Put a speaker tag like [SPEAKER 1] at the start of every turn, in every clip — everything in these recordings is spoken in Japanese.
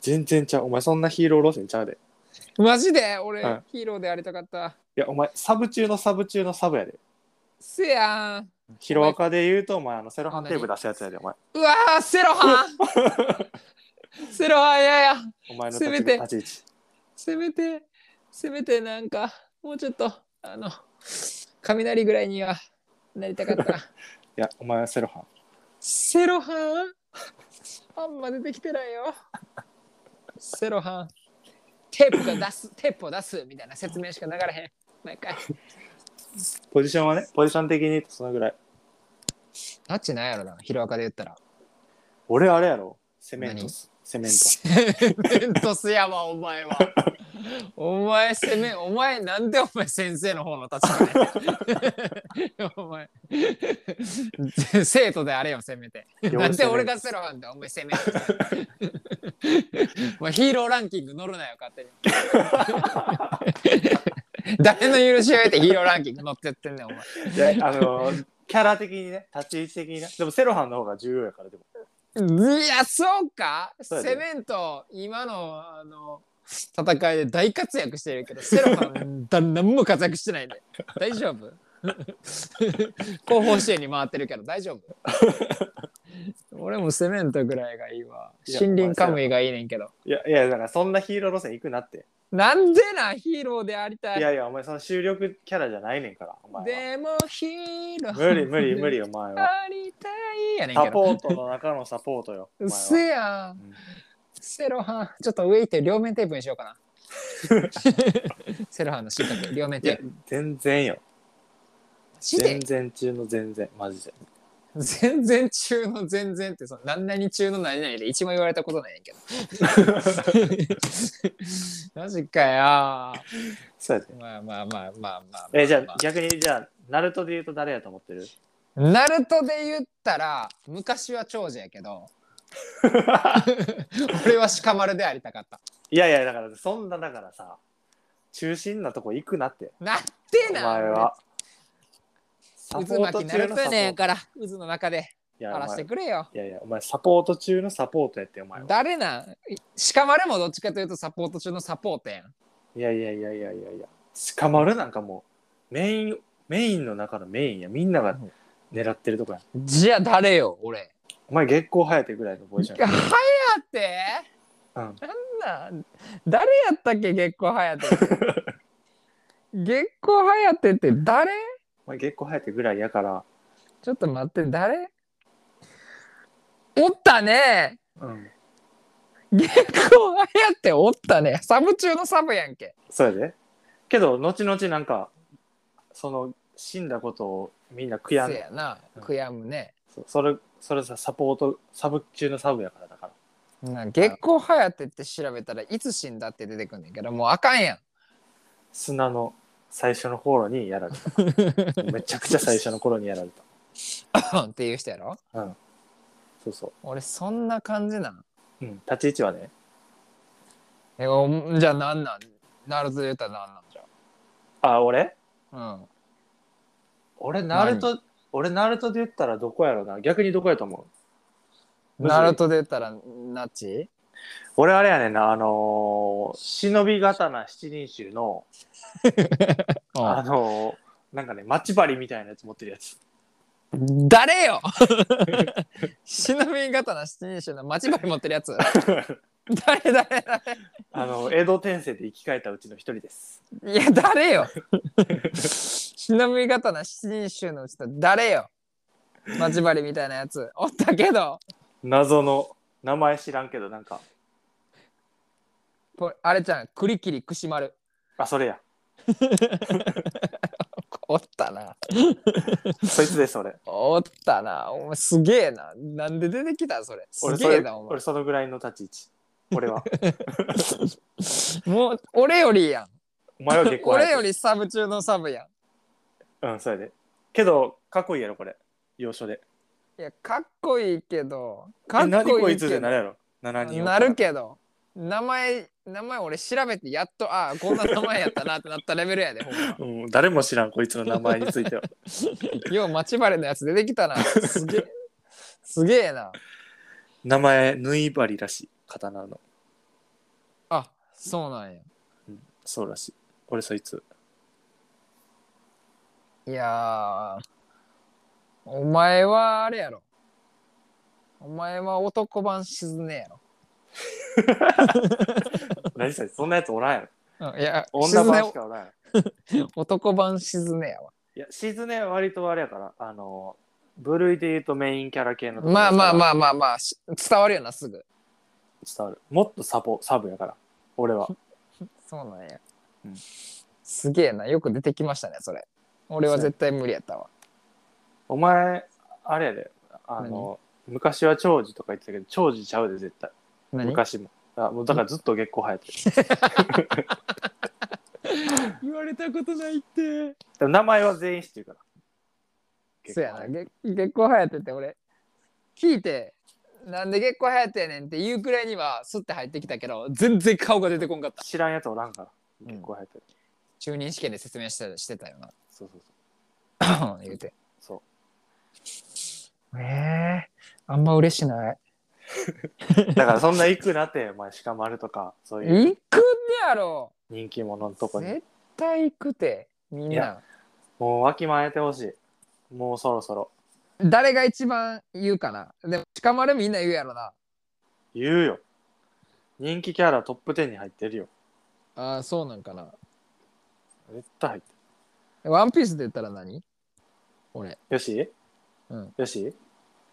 [SPEAKER 1] 全然ちゃう。お前そんなヒーロー路線ちゃうで。い
[SPEAKER 2] マジで俺、
[SPEAKER 1] うん
[SPEAKER 2] ヒーローでありたかった。
[SPEAKER 1] や、お前、サブ中のサブ中のサブやで。
[SPEAKER 2] せやん。
[SPEAKER 1] ヒロアカで言うと、お前、あの、セロハンテープ出すやつやで、お前。
[SPEAKER 2] うわー、セロハンセロハン嫌や
[SPEAKER 1] お前の
[SPEAKER 2] せ
[SPEAKER 1] 立
[SPEAKER 2] め
[SPEAKER 1] ち
[SPEAKER 2] て
[SPEAKER 1] 立ち位置。
[SPEAKER 2] せめて、せめてなんか、もうちょっと、あの、雷ぐらいにはなりたかった。
[SPEAKER 1] いや、お前はセロハン。
[SPEAKER 2] セロハンあんま出てきてないよ。セロハン。テープが出す、テープを出すみたいな説明しか流れへん。毎回。
[SPEAKER 1] ポジションはね、ポジション的に言うとそのぐらい。
[SPEAKER 2] タッチないやろな、ヒロアカで言ったら。
[SPEAKER 1] 俺、あれやろ。セメントス。セメントス。
[SPEAKER 2] セメントスやわ、お前は。お前、セメン、お前、なんでお前、先生の方の立場で。お前、生徒であれよ、せめて。
[SPEAKER 1] いや
[SPEAKER 2] なんで俺
[SPEAKER 1] セメン
[SPEAKER 2] がセロなんだ、お前、せめて。お前、ヒーローランキング乗るなよ、勝手に。誰の許しを得てヒーローランキング乗ってやってんねん、お前。
[SPEAKER 1] トスいや、あのー、キャラ的にね、立ち位置的にね。でも、セロハンの方が重要やから、でも。
[SPEAKER 2] いやそうか
[SPEAKER 1] そうやで
[SPEAKER 2] セメント今のあの戦いで大活躍してるけどセロハンだ何も活躍してないんで大 丈夫後方支援に回ってるけど大丈夫俺もセメントぐらいがいいわ
[SPEAKER 1] いや
[SPEAKER 2] 森林カムイがいいねんけど
[SPEAKER 1] いや、いや、だから、そんなヒーロー路線行くなって。
[SPEAKER 2] なんでなヒーローでありた
[SPEAKER 1] い
[SPEAKER 2] い
[SPEAKER 1] やいや、お前、その主力キャラじゃないねんから、お前は。
[SPEAKER 2] でもヒーロー
[SPEAKER 1] 無理、無理、無理、お前は。
[SPEAKER 2] ありたいやねんけ
[SPEAKER 1] サ
[SPEAKER 2] ど
[SPEAKER 1] ポートの中のサポートよ。お前
[SPEAKER 2] うっ
[SPEAKER 1] は
[SPEAKER 2] せやん
[SPEAKER 1] うん
[SPEAKER 2] セロハン、ちょっと上行って両面テープにしようかな。セロハンのしいたけ、両面
[SPEAKER 1] いや
[SPEAKER 2] テープ。、
[SPEAKER 1] 全然よ。
[SPEAKER 2] しで
[SPEAKER 1] 全然中の全然、マジで。
[SPEAKER 2] 全然中の全然ってその、何々中の何々で一番言われたことないねんけど。 マジかよ。
[SPEAKER 1] そうやで。
[SPEAKER 2] まあまあまあまあまあ、まあ。
[SPEAKER 1] え、じゃあ、逆に、じゃあ、ナルトで言うと誰やと思ってる
[SPEAKER 2] ナルトで言ったら、昔は長者やけ ど、俺は鹿丸でありたかった。
[SPEAKER 1] いやいや、だから、そんな、だからさ、中心なとこ行くなって、
[SPEAKER 2] なって
[SPEAKER 1] お
[SPEAKER 2] な
[SPEAKER 1] 前は。サポ
[SPEAKER 2] 渦
[SPEAKER 1] ー
[SPEAKER 2] 巻
[SPEAKER 1] ト
[SPEAKER 2] きナ
[SPEAKER 1] 中
[SPEAKER 2] ル
[SPEAKER 1] の
[SPEAKER 2] ト
[SPEAKER 1] サ
[SPEAKER 2] や
[SPEAKER 1] ポ
[SPEAKER 2] ね
[SPEAKER 1] ー
[SPEAKER 2] ん
[SPEAKER 1] ト。
[SPEAKER 2] から、渦の中で
[SPEAKER 1] いや、
[SPEAKER 2] 荒
[SPEAKER 1] お
[SPEAKER 2] らし
[SPEAKER 1] 前
[SPEAKER 2] て
[SPEAKER 1] い
[SPEAKER 2] くれよ。
[SPEAKER 1] やいや、お前、サポート中のサポートやって、お前は。
[SPEAKER 2] 誰なん鹿丸もどっちかというとサポート中のサポートやん。
[SPEAKER 1] いやいやいやいやいやいや、捕まるなんかもう、メイン、メインの中のメインや、みんなが狙ってるとこや。
[SPEAKER 2] じゃあ誰よ、俺。
[SPEAKER 1] お前、月光生えてぐらいのポジションや
[SPEAKER 2] はやて
[SPEAKER 1] うん、
[SPEAKER 2] なん誰やったっけ、月光はや て。月光はやてって誰
[SPEAKER 1] お前、月光生えてぐらいやから、
[SPEAKER 2] ちょっと待って、誰おったね。
[SPEAKER 1] うん、
[SPEAKER 2] 月光はやておったね。サブ中のサブやんけ。
[SPEAKER 1] そうやで。けど、後々なんか、その、死んだことをみんな悔やん
[SPEAKER 2] せやな
[SPEAKER 1] うん。
[SPEAKER 2] 悔やむね。
[SPEAKER 1] そそれ、それさ、サポート、サブ中のサブやからだから。
[SPEAKER 2] な月光はやてって調べたらいつ死んだって出てくんねんけど、もうあかんやん。
[SPEAKER 1] 砂の最初の頃にやられ た。めちゃくちゃ最初の頃にやられた。
[SPEAKER 2] っていう人やろ
[SPEAKER 1] そうそ
[SPEAKER 2] 俺そんな感じなん
[SPEAKER 1] う。うん、立ち位置はね、
[SPEAKER 2] えおじゃあなんなんナルトで言ったらなんなんじ
[SPEAKER 1] あ、俺
[SPEAKER 2] ゃうん
[SPEAKER 1] 俺ナルト俺ナルトで言ったらどこやろな逆にどこやと思う
[SPEAKER 2] ナル
[SPEAKER 1] ト
[SPEAKER 2] トで言ったらナッチ
[SPEAKER 1] 俺あれやねんなあのー忍び刀七人衆のあのーなんかね待ち針みたいなやつ持ってるやつ
[SPEAKER 2] 誰よ 忍び刀七人衆の待ち針持ってるやつ誰誰
[SPEAKER 1] あ の江戸転生で生き返ったうちの一人です
[SPEAKER 2] 誰いや誰よ忍び刀七人衆のうちの誰よ待ち針みたいなやつおったけど
[SPEAKER 1] 謎の名前知らんけどなんか
[SPEAKER 2] これあれじゃん栗切串丸
[SPEAKER 1] あそれや
[SPEAKER 2] おったな
[SPEAKER 1] そいつです 俺
[SPEAKER 2] おったな。お前すげえな。なんで出てきたそれ。す
[SPEAKER 1] 俺そ
[SPEAKER 2] げえ
[SPEAKER 1] れ
[SPEAKER 2] な、お前。
[SPEAKER 1] 俺そのぐらいの立ち位置俺は
[SPEAKER 2] もう、俺よりやん。
[SPEAKER 1] お前は結構
[SPEAKER 2] 俺よりサブ中のサブや
[SPEAKER 1] うんそれでけどかっこいいやろこれ要所で
[SPEAKER 2] ん。いや、かっこいいけど、か
[SPEAKER 1] え
[SPEAKER 2] っこいいけど。
[SPEAKER 1] 何こいつでなるやろ7人おったら
[SPEAKER 2] なるけど、名前、名前俺調べてやっとああこんな名前やったなってなったレベルやでほん ま
[SPEAKER 1] うん、誰も知らんこいつの名前につい ては
[SPEAKER 2] よう待ちバレのやつ出てきたなすげえすげえな
[SPEAKER 1] 名前縫い針らしい刀の
[SPEAKER 2] あそうなんや
[SPEAKER 1] そうらしい俺そい つ
[SPEAKER 2] いやーお前はあれやろお前は男版沈ね
[SPEAKER 1] 何それそんなやつおらんやろ
[SPEAKER 2] やろ、うん、いや
[SPEAKER 1] 女版し
[SPEAKER 2] 沈
[SPEAKER 1] かおらんやろ
[SPEAKER 2] ね男版沈ねやわ
[SPEAKER 1] いやシズネは割とあれやからあの部類で言うとメインキャラ系の
[SPEAKER 2] まあまあ
[SPEAKER 1] あ
[SPEAKER 2] まあまあまあし伝わるよなすぐ
[SPEAKER 1] 伝わるもっとサポサブやから俺は
[SPEAKER 2] そうなんや、
[SPEAKER 1] うん
[SPEAKER 2] すげえなよく出てきましたねそれ俺は絶対無理やったわ
[SPEAKER 1] お前あれやであの昔は長寿とか言ってたけど長寿ちゃうで絶対
[SPEAKER 2] 何
[SPEAKER 1] 昔もあもうだからずっと月光生えてる
[SPEAKER 2] 言われたことないって
[SPEAKER 1] でも名前は全員知ってるから
[SPEAKER 2] そうやなげ月光流行ってて俺聞いてなんで月光流行ってやねんって言うくらいにはスッて入ってきたけど全然顔が出てこんかった
[SPEAKER 1] 知らんやつおらんから
[SPEAKER 2] ん
[SPEAKER 1] 結構生えてる、
[SPEAKER 2] 中任試験で説明してたしてたよな
[SPEAKER 1] そうそうそう
[SPEAKER 2] 言うて
[SPEAKER 1] そう
[SPEAKER 2] ええあんま嬉しない
[SPEAKER 1] だからそんな行くなって お前鹿丸とかそういう
[SPEAKER 2] 行くんやろ
[SPEAKER 1] 人気者のとこに
[SPEAKER 2] 絶対行くてみん
[SPEAKER 1] い
[SPEAKER 2] な
[SPEAKER 1] やもうわきまえてほしいもうそろそろ
[SPEAKER 2] 誰が一番言うかなでも鹿丸みんな言うやろな
[SPEAKER 1] 言うよ人気キャラトップ10に入ってるよ
[SPEAKER 2] ああそうなんかな
[SPEAKER 1] 絶対入って
[SPEAKER 2] ワンピースで言ったら何俺
[SPEAKER 1] るよし、
[SPEAKER 2] うん、
[SPEAKER 1] よし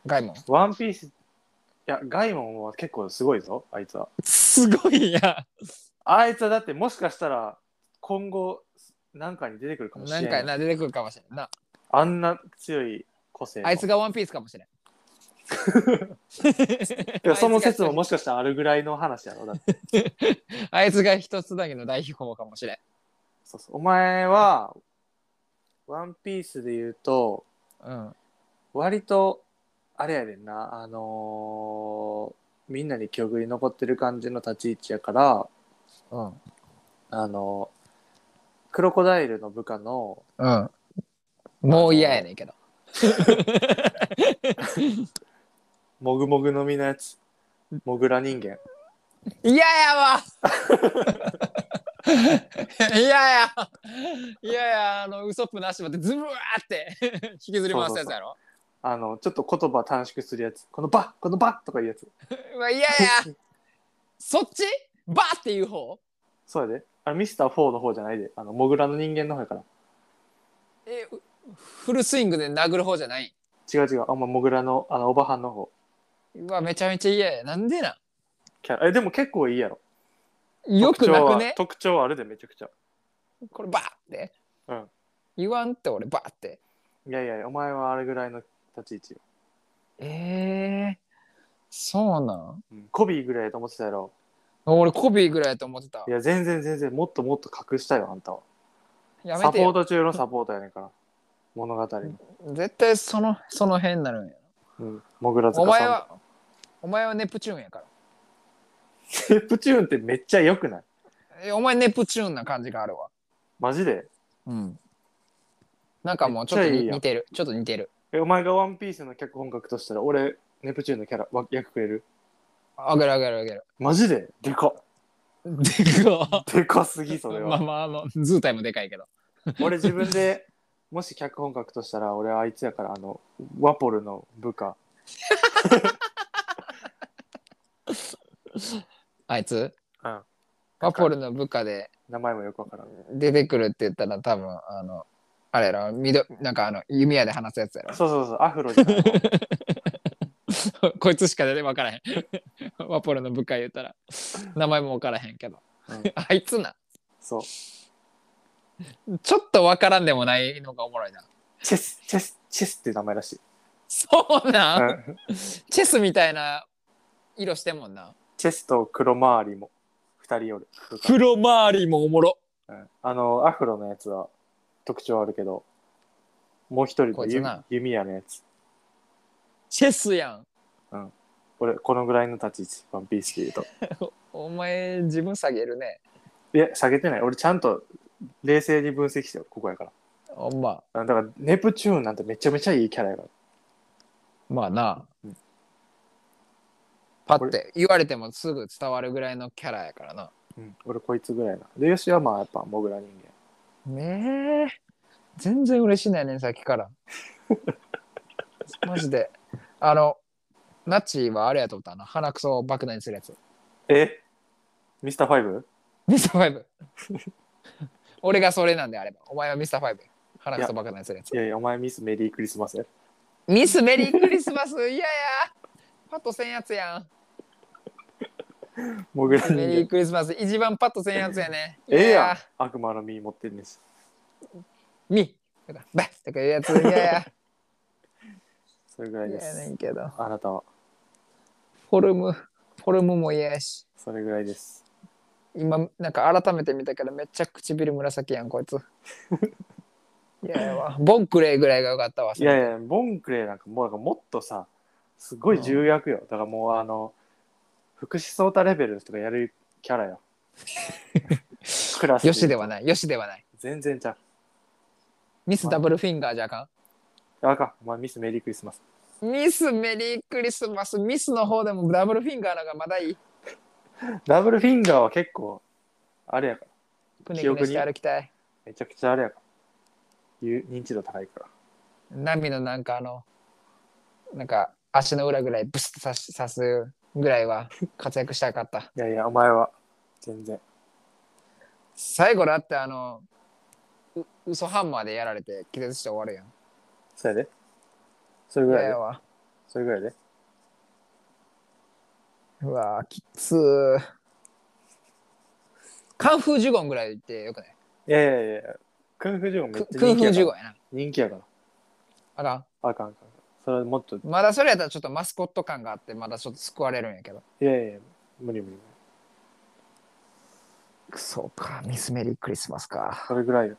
[SPEAKER 2] ガイモン
[SPEAKER 1] ワンピースいやガイモンは結構すごいぞあいつは
[SPEAKER 2] すごいや
[SPEAKER 1] あいつはだってもしかしたら今後なんかに出てくるかもしれ
[SPEAKER 2] な
[SPEAKER 1] なんい
[SPEAKER 2] かな出てくるかもしれんな
[SPEAKER 1] あんな強い個性の
[SPEAKER 2] あいつがワンピースかもしれ ん
[SPEAKER 1] いやその説ももしかしたらあるぐらいの話やろだ って
[SPEAKER 2] あいつが一つだけの大秘宝かもしれん
[SPEAKER 1] そうそうお前はワンピースで言うと
[SPEAKER 2] うん
[SPEAKER 1] 割とあれやねんなあのーみんなに記憶に残ってる感じの立ち位置やから
[SPEAKER 2] うん
[SPEAKER 1] あのークロコダイルの部下の
[SPEAKER 2] うんもう嫌やねんけど
[SPEAKER 1] もぐもぐのみのやつもぐら人間
[SPEAKER 2] 嫌や わ嫌や嫌やあのウソップなしまでズブワーって 引きずり回すやつやろ
[SPEAKER 1] あのちょっと言葉短縮するやつこのバッこのバッとかいうやつ
[SPEAKER 2] うわ嫌やそっちバーっていう方
[SPEAKER 1] そうやであれミスター4の方じゃないであのモグラの人間の方やから
[SPEAKER 2] えうフルスイングで殴る方じゃない
[SPEAKER 1] 違う違うあんまモグラのあのおばはんの方
[SPEAKER 2] うわめちゃめちゃ嫌やなんでな
[SPEAKER 1] キャラえでも結構いいやろ
[SPEAKER 2] よくなくね
[SPEAKER 1] 特徴は特徴はあるでめちゃくちゃ
[SPEAKER 2] これバーって、
[SPEAKER 1] うん
[SPEAKER 2] 言わんって俺バーって
[SPEAKER 1] いやいやお前はあれぐらいの立ち位置よ、
[SPEAKER 2] えー、そうなん
[SPEAKER 1] うん、コビーぐらいやと思ってたやろ
[SPEAKER 2] 俺コビーぐらいやと思ってた
[SPEAKER 1] いや全然全然もっともっと隠したよあんたは
[SPEAKER 2] やめ
[SPEAKER 1] サ
[SPEAKER 2] て
[SPEAKER 1] ポー
[SPEAKER 2] よ
[SPEAKER 1] ト中のサポートやねんから 物語の、
[SPEAKER 2] 絶対そのその辺になるんや
[SPEAKER 1] うん、モグラ塚さん
[SPEAKER 2] お前はお前はネプチューンやから
[SPEAKER 1] セプチューンってめっちゃ良くない
[SPEAKER 2] えお前ネプチューンな感じがあるわ
[SPEAKER 1] マジで
[SPEAKER 2] うんなんかもうちょっ
[SPEAKER 1] め
[SPEAKER 2] と
[SPEAKER 1] っちゃいい
[SPEAKER 2] に
[SPEAKER 1] やん
[SPEAKER 2] 似てるちょっと似てる
[SPEAKER 1] えお前がワンピースの脚本書くとしたら俺ネプチューンのキャラわ役くれる
[SPEAKER 2] あげるあげるあげる
[SPEAKER 1] マジででかっ
[SPEAKER 2] でか
[SPEAKER 1] でかすぎ それは
[SPEAKER 2] まあまああのズータイもでかいけど
[SPEAKER 1] 俺自分でもし脚本書くとしたら俺あいつやからあのワポルの部下
[SPEAKER 2] あいつ
[SPEAKER 1] うん
[SPEAKER 2] ワポルの部下で
[SPEAKER 1] 名前もよくわからん
[SPEAKER 2] 出てくるって言ったら多分あのあれやろ緑なんかあの弓矢で話すやつやろ
[SPEAKER 1] そうそうそうアフロじゃない
[SPEAKER 2] こいつしか出て分からへん ワポルの部下言ったら名前も分からへんけど、
[SPEAKER 1] うん
[SPEAKER 2] あいつな
[SPEAKER 1] そう
[SPEAKER 2] ちょっと分からんでもないのがおもろいな
[SPEAKER 1] チェスチェスチェスっていう名前らしい、
[SPEAKER 2] そうなん、
[SPEAKER 1] うん
[SPEAKER 2] チェスみたいな色してんもんな
[SPEAKER 1] チェスと黒回りも2人おる、部下
[SPEAKER 2] 黒周りもおもろ
[SPEAKER 1] うんあのアフロのやつは特徴あるけどもう一人
[SPEAKER 2] こ
[SPEAKER 1] の
[SPEAKER 2] いつな
[SPEAKER 1] 弓弓矢のやつ
[SPEAKER 2] チェスやん、
[SPEAKER 1] うんこれこのぐらいの立ち位置ワンピースで言うと
[SPEAKER 2] お前自分下げるね
[SPEAKER 1] いや下げてない俺ちゃんと冷静に分析してよここやから
[SPEAKER 2] ほんま
[SPEAKER 1] あだからネプチューンなんてめちゃめちゃいいキャラやから
[SPEAKER 2] まあな
[SPEAKER 1] うん
[SPEAKER 2] パッて言われてもすぐ伝わるぐらいのキャラやからな
[SPEAKER 1] うん、俺こいつぐらいな。で、よしはまあやっぱモグラ人間。
[SPEAKER 2] ねえ全然嬉しないねんさっきから マジであのナッチはあれやと思ったな鼻くそを爆弾にするやつ
[SPEAKER 1] えミスターファイブ
[SPEAKER 2] ミスターファイブ俺がそれなんであればお前はミスターファイブ鼻くそ爆弾にするやつ
[SPEAKER 1] いやいや、お前ミスメリークリスマスや。
[SPEAKER 2] ミスメリークリスマス嫌やパッとせんやつやん
[SPEAKER 1] モグラ人
[SPEAKER 2] メリー
[SPEAKER 1] 間。
[SPEAKER 2] クリスマス一番パッとせんやつやね
[SPEAKER 1] ええ
[SPEAKER 2] 嫌
[SPEAKER 1] やん。悪魔の実持ってんねんし。
[SPEAKER 2] ミとかバッとかいうやつ嫌や
[SPEAKER 1] それぐらい
[SPEAKER 2] 嫌
[SPEAKER 1] で
[SPEAKER 2] やね
[SPEAKER 1] す。
[SPEAKER 2] んけど
[SPEAKER 1] あなたは。
[SPEAKER 2] フォルムフォルムも嫌やし
[SPEAKER 1] それぐらいです。
[SPEAKER 2] 今なんか改めて見たからめっちゃ唇紫やんこいついやいやわボンクレイぐらいが良かったわ
[SPEAKER 1] いやいや、ボンクレーなんかもうなんかもっとさ、すごい重役よ。だからもうあの、福士蒼太レベルとかやるキャラ よ。クラス
[SPEAKER 2] よしではないよしではない
[SPEAKER 1] 全然ちゃ
[SPEAKER 2] ミスダブルフィンガーじゃあか
[SPEAKER 1] う。あかん、お前ミスメリークリスマス。
[SPEAKER 2] んミスメリークリスマスミスの方でもダブルフィンガーの方がまだいい
[SPEAKER 1] ダブルフィンガーは結構、あれやから。
[SPEAKER 2] くねくねして歩きたい
[SPEAKER 1] めちゃくちゃあれやから。いう認知度高いから。
[SPEAKER 2] ナミのなんかあのなんか足の裏ぐらいブスッと刺し刺すぐらいは活躍したかった
[SPEAKER 1] いやいや、お前は全然。
[SPEAKER 2] 最後だってあのう嘘ハンマーでやられて気絶して終わるやん。
[SPEAKER 1] それでそれ
[SPEAKER 2] い
[SPEAKER 1] ぐらい
[SPEAKER 2] や
[SPEAKER 1] で
[SPEAKER 2] や。わ
[SPEAKER 1] それぐらいで。
[SPEAKER 2] うわーきつー。カンフージュゴンぐらい言ってよくない
[SPEAKER 1] いやいやいや、空腹ジュゴンめっ
[SPEAKER 2] く
[SPEAKER 1] ちゃ
[SPEAKER 2] 空
[SPEAKER 1] 人気
[SPEAKER 2] 風
[SPEAKER 1] や
[SPEAKER 2] ジュ
[SPEAKER 1] か
[SPEAKER 2] ゴ
[SPEAKER 1] ら。
[SPEAKER 2] ンやな。
[SPEAKER 1] 人気やから。
[SPEAKER 2] あかん。
[SPEAKER 1] あかんあかん。それはもっと、い
[SPEAKER 2] まだそれやったらちょっとマスコット感があってまだちょっと救われるんやけど。
[SPEAKER 1] やいやいや、無理無理。
[SPEAKER 2] くそか、ミスメリークリスマスか。
[SPEAKER 1] それぐらいよ。